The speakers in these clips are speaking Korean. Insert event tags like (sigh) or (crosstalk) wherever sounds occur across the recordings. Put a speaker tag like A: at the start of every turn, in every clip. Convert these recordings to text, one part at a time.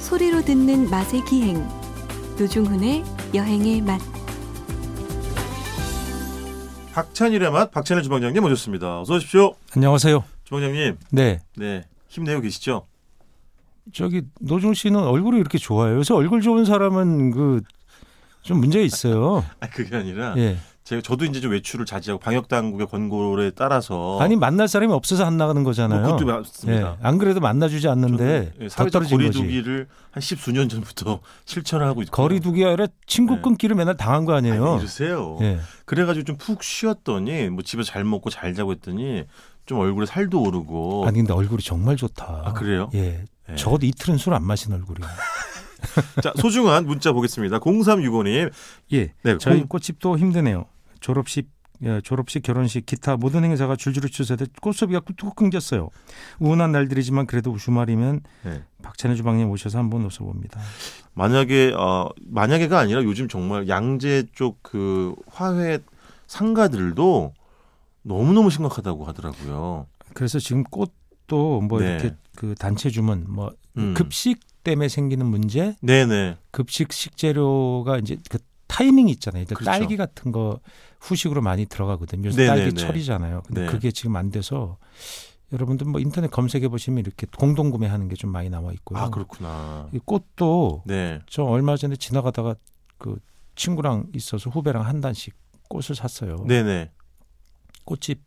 A: 소리로 듣는 맛의 기행 노중훈의 여행의 맛
B: 박찬일의 맛 박찬일 주방장님 모셨습니다. 어서 오십시오.
C: 안녕하세요.
B: 주방장님.
C: 네.
B: 네. 힘내고 계시죠?
C: 저기 노중 씨는 얼굴이 이렇게 좋아요. 요새 얼굴 좋은 사람은 그 좀
B: (laughs)
C: 문제 있어요.
B: 아 그게 아니라
C: 예.
B: 제가 저도 이제 좀 외출을 자제하고 방역 당국의 권고에 따라서
C: 아니 만날 사람이 없어서 안 나가는
B: 어. 뭐
C: 거잖아요.
B: 그것도 맞습니다.
C: 예. 안 그래도 만나주지 않는데
B: 저는, 예,
C: 더
B: 사회적
C: 떨어진 거지.
B: 거리두기를 한십 수년 전부터 (laughs) 실천을 하고 있고
C: 거리두기 아니라 친구
B: 네.
C: 끊기를 맨날 당한 거 아니에요.
B: 아니, 뭐. 이러세요.
C: 예.
B: 그래가지고 좀 푹 쉬었더니 뭐 집에 잘 먹고 잘 자고 했더니 좀 얼굴에 살도 오르고
C: 아니 근데 얼굴이 정말 좋다.
B: 아, 그래요?
C: 예.
B: 예.
C: 적어도 이틀은 술 안 마신 얼굴이야.
B: 자 소중한 문자 보겠습니다. 0365님
D: 예.
B: 네,
D: 저희
B: 공-
D: 꽃집도 힘드네요. 졸업식 예, 졸업식, 결혼식, 기타 모든 행사가 줄줄이 취소돼 꽃소비가 뚝뚝 끊겼어요. 우운한 날들이지만 그래도 주말이면
B: 네.
D: 박찬희 주방님 오셔서 한번 웃어봅니다.
B: 만약에 어 만약에가 아니라 요즘 정말 양재 쪽 그 화훼 상가들도 너무 너무 심각하다고 하더라고요.
D: 그래서 지금 꽃도 뭐
B: 네.
D: 이렇게 그 단체 주문, 뭐
B: 음.
C: 급식 때문에 생기는 문제,
B: 네네.
C: 급식 식재료가 이제 그 타이밍이 있잖아요. 일단
B: 그렇죠.
C: 딸기 같은 거 후식으로 많이 들어가거든요. 요새
B: 네네네.
C: 딸기 철이잖아요. 근데
B: 네.
C: 그게 지금 안 돼서 여러분들 뭐 인터넷 검색해 보시면 이렇게 공동 구매하는 게 좀 많이 나와 있고요.
B: 아 그렇구나.
C: 이 꽃도
B: 네.
C: 저 얼마 전에 지나가다가 그 친구랑 있어서 후배랑 한 단씩 꽃을 샀어요.
B: 네네.
C: 꽃집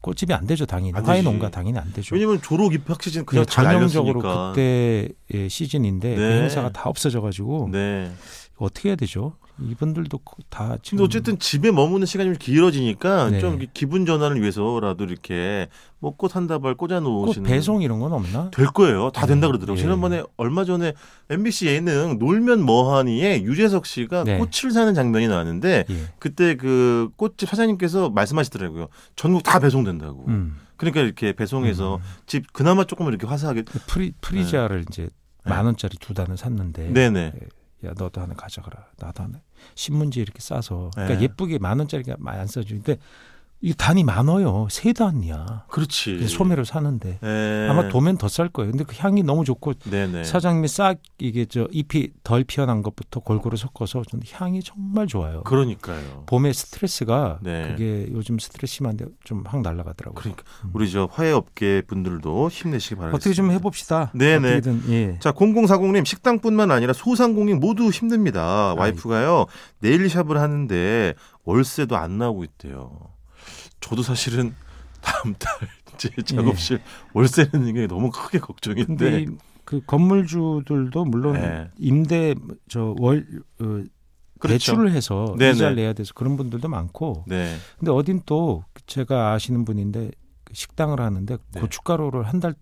C: 꽃집이 안 되죠 당연히
B: 안
C: 화훼
B: 되지.
C: 농가 당연히 안 되죠.
B: 왜냐면 조로 입학 시즌
C: 그냥
B: 그냥 잘
C: 그렇죠. 전형적으로
B: 알렸으니까.
C: 그때 의 시즌인데 그
B: 네.
C: 행사가 다 없어져가지고
B: 네.
C: 어떻게 해야 되죠? 이분들도 그- 다 지금
B: 근데 어쨌든 집에 머무는 시간이 좀 길어지니까
C: 네.
B: 좀 이렇게 기분 전환을 위해서라도 이렇게 뭐 꽃 한 다발 꽂아
C: 꽃
B: 놓으시는
C: 배송 이런 건 없나?
B: 될 거예요. 다 된다 그러더라고요.
C: 예.
B: 지난번에 얼마 전에 MBC 예능 놀면 뭐하니에 유재석 씨가
C: 네.
B: 꽃을 사는 장면이 나왔는데
C: 예.
B: 그때 그 꽃집 사장님께서 말씀하시더라고요. 전국 다 배송된다고.
C: 음.
B: 그러니까 이렇게 배송해서
C: 음.
B: 집 그나마 조금 이렇게 화사하게.
C: 그 프리 프리지아를 이제
B: 네.
C: 만 원짜리 두 단을 샀는데
B: 네네.
C: 야 너도 하나 가져가라. 나도 하나 신문지 이렇게 싸서 그러니까
B: 네.
C: 예쁘게 만 원짜리가 많이 안 써주는데 이 단이 많아요. 세 단이야.
B: 그렇지.
C: 그래서 소매로 사는데
B: 예.
C: 아마 도면 더 쌀 거예요. 근데 그 향이 너무 좋고
B: 네네.
C: 사장님이 싹 이게 저 잎이 덜 피어난 것부터 골고루 섞어서 좀 향이 정말 좋아요.
B: 그러니까요.
C: 봄에 스트레스가
B: 네.
C: 그게 요즘 스트레스 심한데 좀 확 날아가더라고요.
B: 그러니까 우리 저 화해업계 분들도 힘내시기 바라겠습니다.
D: 어떻게 좀 해봅시다.
B: 네네.
D: 어떻게든 예.
B: 자, 0040님 식당뿐만 아니라 소상공인 모두 힘듭니다. 와이프가요 네일샵을 하는데 월세도 안 나오고 있대요. 저도 사실은 다음 달 (laughs) 제 작업실
C: 예.
B: 월세는 이게 너무 크게 걱정인데.
C: 네,
D: 근데 이그 건물주들도 물론
B: 네. 그렇죠.
D: 임대 저월 어, 대출을 해서
B: 네네.
C: 이자를 내야 돼서 그런 분들도 많고
B: 네.
C: 근데 어딘 또 제가 아시는 분인데 그 식당을 하는데
B: 네.
C: 고춧가루를 한 달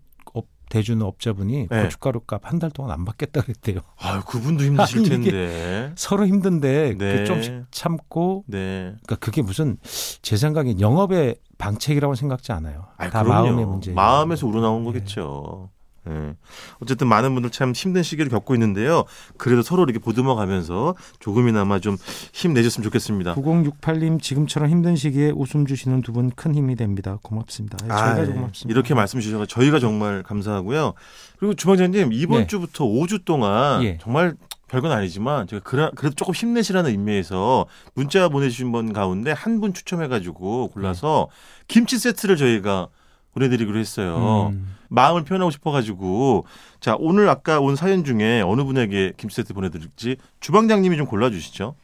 C: 대주는 업자분이
B: 네.
C: 고춧가루 값 한 달 동안 안 받겠다 그랬대요. (laughs)
B: 아유, 그분도 힘드실
C: 아니, 이게-
B: 텐데.
C: 서로 힘든데 그
B: 네.
C: 좀씩 참고
B: 네.
C: 그러니까 그게 무슨 제 생각엔 영업의 방책이라고 생각지 않아요. 네.
B: 아이,
C: 다
B: 그럼요.
C: 마음의 문제.
B: 마음에서 우러나온 거겠죠. 예. 어쨌든 많은 분들 참 힘든 시기를 겪고 있는데요. 그래도 서로 이렇게 보듬어 가면서 조금이나마 좀 힘내셨으면 좋겠습니다.
D: 9068님 지금처럼 힘든 시기에 웃음 주시는 두 분 큰 힘이 됩니다. 고맙습니다. 예, 저희가
B: 예.
D: 고맙습니다.
B: 이렇게 말씀 주셔서 저희가 정말 감사하고요. 그리고 주방장님 이번
C: 네.
B: 주부터 5주 동안
C: 예.
B: 정말 별건 아니지만 제가 그라- 그래도 조금 힘내시라는 의미에서 문자 보내주신 분 가운데 한 분 추첨해가지고 골라서
D: 네.
B: 김치 세트를 저희가 보내드리기로 했어요.
C: 음.
B: 마음을 표현하고 싶어가지고 자 오늘 아까 온 사연 중에 어느 분에게 김치 세트 보내드릴지 주방장님이 좀 골라주시죠.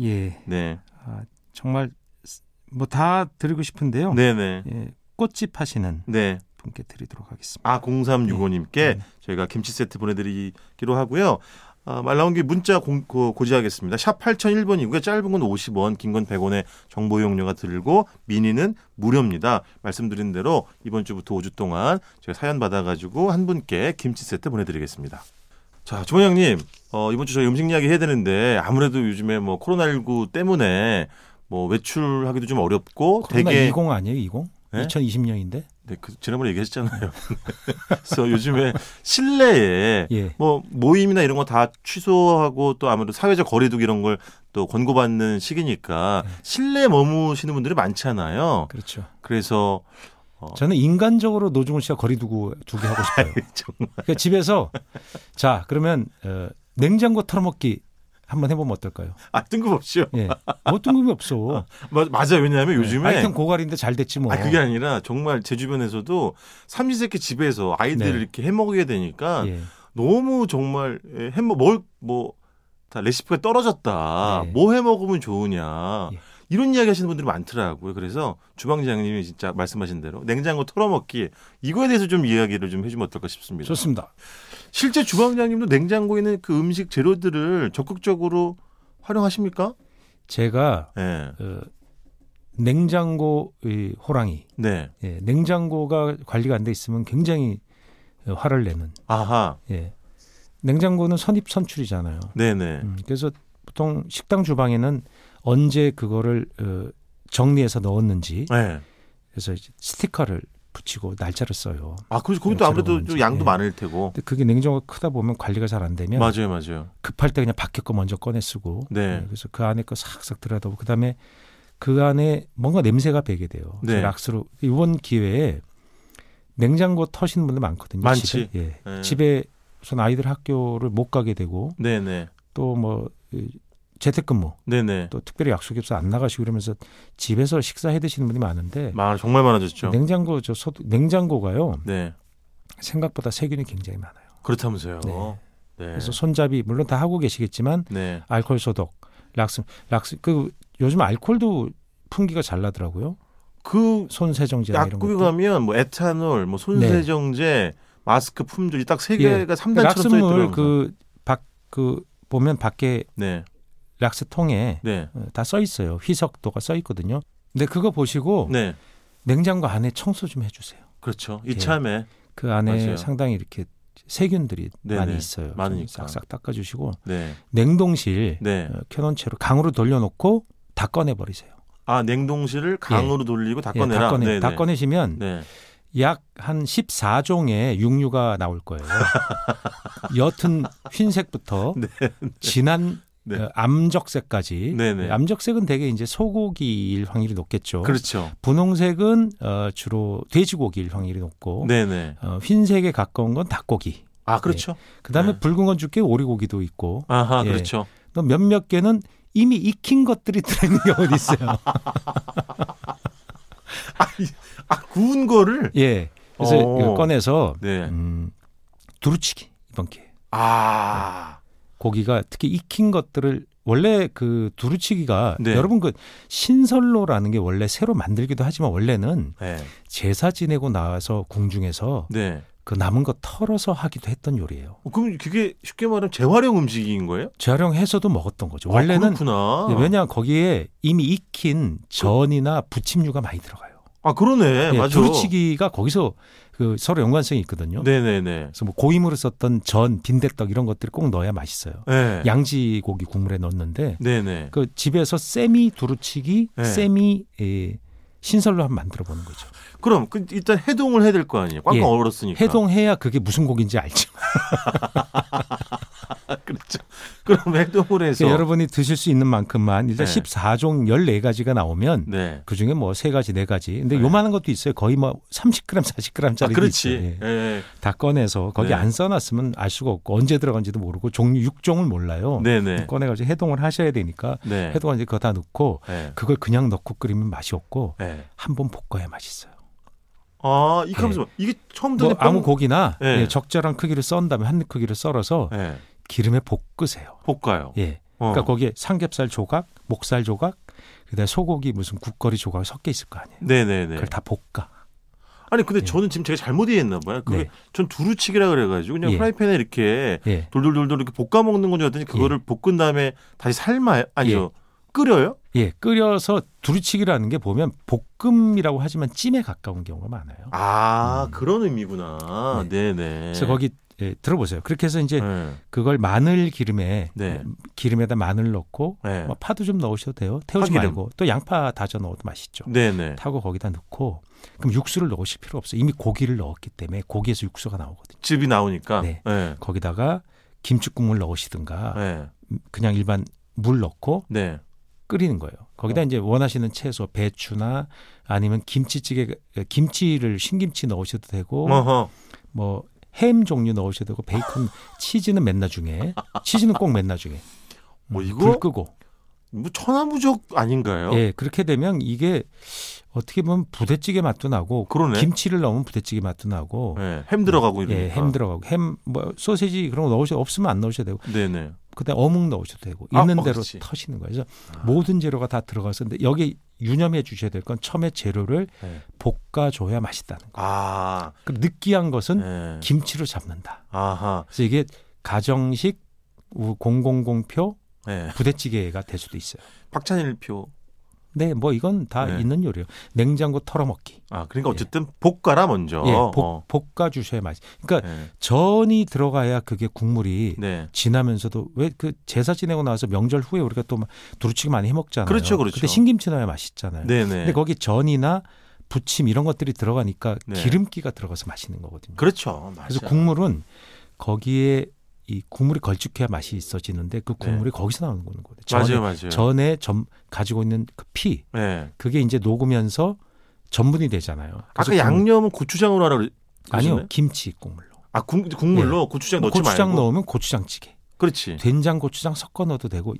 D: 예.
B: 네,
D: 아, 정말 뭐 다 드리고 싶은데요.
B: 네, 네,
D: 예, 꽃집 하시는
B: 네.
D: 분께 드리도록 하겠습니다.
B: 아 0365님께
D: 네.
B: 저희가 김치 세트 보내드리기로 하고요. 아, 말 나온 게 문자 공, 고, 고지하겠습니다. 샵 8001번이고요. 짧은 건 50원, 긴 건 100원의 정보 이용료가 들고 미니는 무료입니다. 말씀드린 대로 이번 주부터 5주 동안 저희가 사연 받아가지고 한 분께 김치 세트 보내드리겠습니다. 자, 주원장님 어, 이번 주 저희 음식 이야기 해야 되는데 아무래도 요즘에 뭐 코로나19 때문에 뭐 외출하기도 좀 어렵고
C: 코로나
B: 되게
C: 20 아니에요? 20?
B: 네?
C: 2020년인데?
B: 네, 그 지난번에 얘기했잖아요. (laughs) 그래서 요즘에 실내에
C: 예.
B: 뭐 모임이나 이런 거 다 취소하고 또 아무래도 사회적 거리두기 이런 걸 또 권고받는 시기니까 실내에 머무시는 분들이 많잖아요.
C: 그렇죠.
B: 그래서 어.
C: 저는 인간적으로 노중훈 씨가 거리두고 두게 하고
B: (laughs)
C: 싶어요.
B: 정말.
C: 그러니까 집에서 자 그러면 어, 냉장고 털어먹기 한번 해보면 어떨까요?
B: 아 뜬금없이요.
C: 예, 뭐 뜬금이 없어.
B: 마- 맞아요. 왜냐하면 (laughs) 요즘에
C: 아이템 고갈인데 잘 됐지 네, 뭐.
B: 아 그게 아니라 정말 제 주변에서도 삼시세끼 집에서 아이들을
C: 네.
B: 이렇게 해 먹게 되니까
C: 예.
B: 너무 정말 예, 해먹 뭘뭐다 레시피가 떨어졌다.
C: 네.
B: 뭐 해 먹으면 좋으냐.
C: 예.
B: 이런 이야기 하시는 분들이 많더라고요. 그래서 주방장님이 진짜 말씀하신 대로 냉장고 털어먹기 이거에 대해서 좀 이야기를 좀 해주면 어떨까 싶습니다.
C: 좋습니다.
B: 실제 주방장님도 냉장고에 있는 그 음식 재료들을 적극적으로 활용하십니까?
C: 제가
B: 네.
C: 어, 냉장고 이 호랑이,
B: 네.
C: 예, 냉장고가 관리가 안 돼 있으면 굉장히 어, 화를 내는.
B: 아하.
C: 예. 냉장고는 선입 선출이잖아요.
B: 네네.
C: 음, 그래서 보통 식당 주방에는 언제 그거를 어, 정리해서 넣었는지
B: 네.
C: 그래서 이제 스티커를 붙이고 날짜를 써요.
B: 아, 그래서 거기도 아무래도
C: 냉장고
B: 좀 양도
C: 예.
B: 많을 테고.
C: 근데 그게 냉장고가 크다 보면 관리가 잘 안 되면
B: 맞아요, 맞아요.
C: 급할 때 그냥 밖에 거 먼저 꺼내 쓰고
B: 네.
C: 예, 그래서 그 안에 거 싹싹 들여다보고 그다음에 그 안에 뭔가 냄새가 배게 돼요.
B: 네.
C: 그래서 락스로 이번 기회에 냉장고 터시는 분들 많거든요.
B: 많지.
C: 집에. 예.
B: 네.
C: 집에 우선 아이들 학교를 못 가게 되고
B: 네네.
C: 또 뭐 재택근무
B: 네네.
C: 또 특별히 약속이 없어 안 나가시고 이러면서 집에서 식사해 드시는 분이 많은데
B: 많, 정말 많아졌죠.
C: 냉장고 저 소, 냉장고가요
B: 네.
C: 생각보다 세균이 굉장히 많아요.
B: 그렇다면서요.
C: 네.
B: 네.
C: 그래서 손잡이 물론 다 하고 계시겠지만
B: 네.
C: 알코올 소독, 락스 락스 그 요즘 알코올도 풍기가 잘 나더라고요.
B: 그
C: 손 세정제 이런
B: 약국에
C: 거.
B: 가면 뭐 에탄올, 뭐 손세정제, 마스크 품절이 딱 세
C: 예.
B: 개가 삼 3단처럼 써
C: 락스물
B: 있더라고요.
C: 그 밖 그 보면 밖에
B: 네.
C: 락스 통에
B: 네.
C: 다 써 있어요. 희석도가 써 있거든요. 근데 그거 보시고
B: 네.
C: 냉장고 안에 청소 좀 해주세요.
B: 그렇죠.
C: 예.
B: 이참에
C: 그 안에
B: 맞아요.
C: 상당히 이렇게 세균들이
B: 네네,
C: 많이 있어요. 좀
B: 많으니까.
C: 싹싹 닦아주시고
B: 네.
C: 냉동실
B: 네.
C: 어, 켜놓은 채로 강으로 돌려놓고 다 꺼내 버리세요.
B: 아, 냉동실을 강으로 돌리고 다 꺼내라.
C: 예. 다,
B: 네,
C: 꺼내, 다
B: 네.
C: 꺼내시면
B: 네.
C: 약 한 14종의 육류가 나올 거예요. 옅은
B: (laughs)
C: 흰색부터 진한
B: 네.
C: 어, 암적색까지.
B: 네네.
C: 암적색은 대개 이제 소고기일 확률이 높겠죠.
B: 그렇죠.
C: 분홍색은 어, 주로 돼지고기일 확률이 높고
B: 네, 네.
C: 어, 흰색에 가까운 건 닭고기.
B: 아, 그렇죠.
C: 그다음에
B: 네.
C: 붉은 건 죽게 오리고기도 있고
B: 아하,
C: 예.
B: 그렇죠.
C: 또 몇몇 개는 이미 익힌 것들이 (laughs) 들어있는 경우도 있어요.
B: 아, 구운 거를
C: 예. 그래서
B: 어.
C: 이걸 꺼내서
B: 네.
C: 음, 두루치기 이번 기회.
B: 아.
C: 고기가 특히 익힌 것들을 원래 그 두루치기가
B: 네.
C: 여러분 그 신설로라는 게 원래 새로 만들기도 하지만 원래는
B: 네.
C: 제사 지내고 나와서 궁중에서
B: 네.
C: 그 남은 거 털어서 하기도 했던 요리예요.
B: 어, 그럼 그게 쉽게 말하면 재활용 음식인 거예요?
C: 재활용해서도 먹었던 거죠.
B: 아,
C: 원래는 네,
B: 그렇구나.
C: 왜냐 거기에 이미 익힌 전이나 부침류가 많이 들어가요.
B: 아 그러네
C: 예,
B: 맞아.
C: 두루치기가 거기서 그 서로 연관성이 있거든요.
B: 네네네.
C: 그래서 뭐 고임으로 썼던 전, 빈대떡 이런 것들을 꼭 넣어야 맛있어요.
B: 네.
C: 양지고기 국물에 넣었는데
B: 네네.
C: 그 집에서 세미 두루치기,
B: 네.
C: 세미 예, 신설로 한번 만들어 보는 거죠.
B: 그럼 그 일단 해동을 해야 될 거 아니에요. 꽝꽝
C: 예.
B: 얼었으니까.
C: 해동해야 그게 무슨 고기인지 알죠.
B: 아, (laughs) 그렇죠. 그럼 해동을 해서.
C: 그래서 예, 그러니까 여러분이 드실 수 있는 만큼만 일단
B: 네.
C: 14종 14가지가 나오면
B: 네.
C: 그 중에 뭐 세 가지, 네 가지. 근데
B: 네.
C: 요만한 것도 있어요. 거의 뭐 30g, 40g짜리.
B: 아,
C: 도
B: 그렇지.
C: 있어요. 예.
B: 예, 예.
C: 다 꺼내서 거기
B: 네.
C: 안 써놨으면 알 수가 없고 언제 들어간지도 모르고 종류 육종을 몰라요.
B: 네네.
C: 꺼내가지고 해동을 하셔야 되니까
B: 네.
C: 어, 뭐, 해동한 이제 그거 다 넣고
B: 네.
C: 그걸 그냥 넣고 끓이면 맛이 없고
B: 네.
C: 한 번 볶아야 맛있어요.
B: 아, 이 가면서 이게 처음부터
C: 예. 뭐 아무 고기나
B: 예.
C: 예, 적절한 크기를 썬 다음에 한 크기를 썰어서
B: 네.
C: 기름에 볶으세요.
B: 볶아요.
C: 예.
B: 어.
C: 그러니까 거기에 삼겹살 조각, 목살 조각, 그다음에 소고기 무슨 국거리 조각 섞여 있을 거 아니에요.
B: 네네네.
C: 그걸 다 볶아.
B: 아니 근데
C: 그렇죠. 예.
B: 저는 지금 제가 잘못 이해했나 봐요. 그게
C: 네.
B: 전 두루치기라 그래가지고 그냥
C: 예.
B: 프라이팬에 이렇게
C: 예.
B: 돌돌돌돌 이렇게 볶아 먹는 건줄 알았더니 그거를 볶은 다음에 다시 삶아요. 아니요. 끓여요?
C: 예, 끓여서 두루치기라는 게 보면 볶음이라고 하지만 찜에 가까운 경우가 많아요.
B: 아 그런 의미구나. 네. 네
C: 그래서 거기 예, 들어보세요. 그렇게 해서 이제
B: 네.
C: 그걸 마늘 기름에
B: 네.
C: 기름에다 마늘 넣고
B: 네.
C: 뭐 파도 좀 넣으셔도 돼요. 태우지
B: 파기름.
C: 말고 또 양파 다져 넣어도 맛있죠.
B: 네네.
C: 타고 거기다 넣고 그럼 육수를 넣으실 필요 없어요. 이미 고기를 넣었기 때문에 고기에서 육수가 나오거든요.
B: 즙이 나오니까.
C: 네. 아.
B: 네.
C: 거기다가 김치국물 넣으시든가
B: 네.
C: 그냥 일반 물 넣고
B: 네.
C: 끓이는 거예요.
B: 어.
C: 거기다 이제 원하시는 채소, 배추나 아니면 김치찌개 김치를 신김치 넣으셔도 되고
B: 어허.
C: 뭐 햄 종류 넣으셔도
B: (laughs)
C: 되고 베이컨, 치즈는 맨 나중에. 치즈는 꼭 맨 나중에.
B: 뭐
C: 음,
B: 이거? 어.
C: 불 끄고.
B: 뭐 천하무적 아닌가요?
C: 예, 그렇게 되면 이게 어떻게 보면 부대찌개 맛도 나고
B: 그러네.
C: 김치를 넣으면 부대찌개 맛도 나고
B: 예, 햄 들어가고 이러니까.
C: 예, 햄 들어가고 햄 뭐 소세지 그런 거 넣으셔 없으면 안 넣으셔도 되고
B: 네네.
C: 그다음 어묵 넣으셔도 되고
B: 아,
C: 있는
B: 어,
C: 대로
B: 그렇지. 아.
C: 터시는 거예요. 그래서 모든 재료가 다 들어가서 근데 여기 유념해 주셔야 될 건 처음에 재료를
B: 네.
C: 볶아 줘야 맛있다는 거.
B: 아,
C: 그 느끼한 것은
B: 예.
C: 김치로 잡는다.
B: 아하.
C: 그래서 이게 가정식 우- 공공공표
B: 예.
C: 부대찌개가 될 수도 있어요.
B: 박찬일 표.
C: 네, 뭐 이건 다
B: 네.
C: 있는 요리예요. 냉장고 털어먹기.
B: 아, 그러니까 어쨌든 볶아라 먼저.
C: 예, 볶,
B: 어.
C: 볶아 주셔야 맛있. 그러니까
B: 예.
C: 전이 들어가야 그게 국물이
B: 네.
C: 지나면서도 왜 그 제사 지내고 나서 명절 후에 우리가 또 막 두루치기 많이 해 먹잖아요.
B: 그렇죠, 그렇죠.
C: 근데 신김치 넣어야 맛있잖아요.
B: 네네.
C: 근데 거기 전이나 부침 이런 것들이 들어가니까
B: 네.
C: 기름기가 들어가서 맛있는 거거든요.
B: 그렇죠. 맞아요.
C: 그래서 국물은 거기에 이 국물이 걸쭉해야 맛이 있어지는데 그 국물이 거기서 나오는 거는 거예요.
B: 네. 맞아요, 맞아요.
C: 전에 점 가지고 있는 그 피
B: 예.
C: 그게 이제 녹으면서 전분이 되잖아요. 그래서
B: 아까 양념은 고추장으로 하라 그러-
C: 아니요
B: 그러셨나요?
C: 김치 국물로
B: 아, 국, 국물로 고추장 넣지
C: 예. 뭐 고추장
B: 말고.
C: 넣으면 고추장찌개
B: 그렇지.
C: 된장 고추장 섞어 넣어도 되고 이-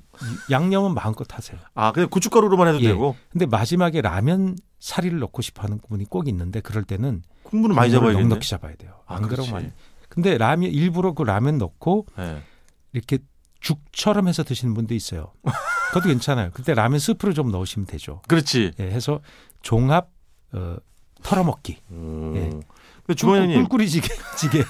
C: 양념은 마음껏 하세요.
B: 아, 그냥 고춧가루로만 해도
C: 예.
B: 되고
C: 근데 마지막에 라면 사리를 넣고 싶어하는 분이 꼭 있는데 그럴 때는
B: 국물은 많이
C: 국물을
B: 잡아야겠네.
C: 넉넉히 잡아야 돼요.
B: 아,
C: 안
B: 그렇지.
C: 그러면 안 돼. 근데 라면 일부러 그 라면 넣고
B: 예.
C: 이렇게 죽처럼 해서 드시는 분도 있어요. 그것도 괜찮아요. 그때 라면 스프를 좀 넣으시면 되죠.
B: 그렇지.
C: 예, 해서 종합 어, 털어먹기.
B: 음.
C: 예.
B: 근데 주방장님,
C: 꿀꿀이지게 지게.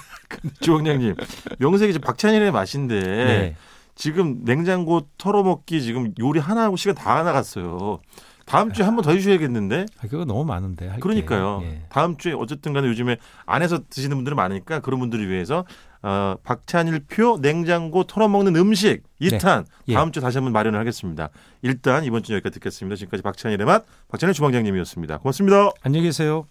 B: 주방장님, 명색이 이제 박찬일의 맛인데
C: 네.
B: 지금 냉장고 털어먹기 지금 요리 하나 하고 시간 다 나갔어요. 다음 주에 한 번 더 해주셔야겠는데.
C: 아, 그거 너무 많은데. 할게.
B: 그러니까요.
C: 예.
B: 다음 주에 어쨌든간에 요즘에 안에서 드시는 분들이 많으니까 그런 분들을 위해서 어, 박찬일 표 냉장고 털어먹는 음식 이탄
C: 예.
B: 다음 주에 다시 한번 마련을 하겠습니다. 일단 이번 주는 여기까지 듣겠습니다. 지금까지 박찬일의 맛 박찬일 주방장님이었습니다. 고맙습니다.
D: 안녕히 계세요.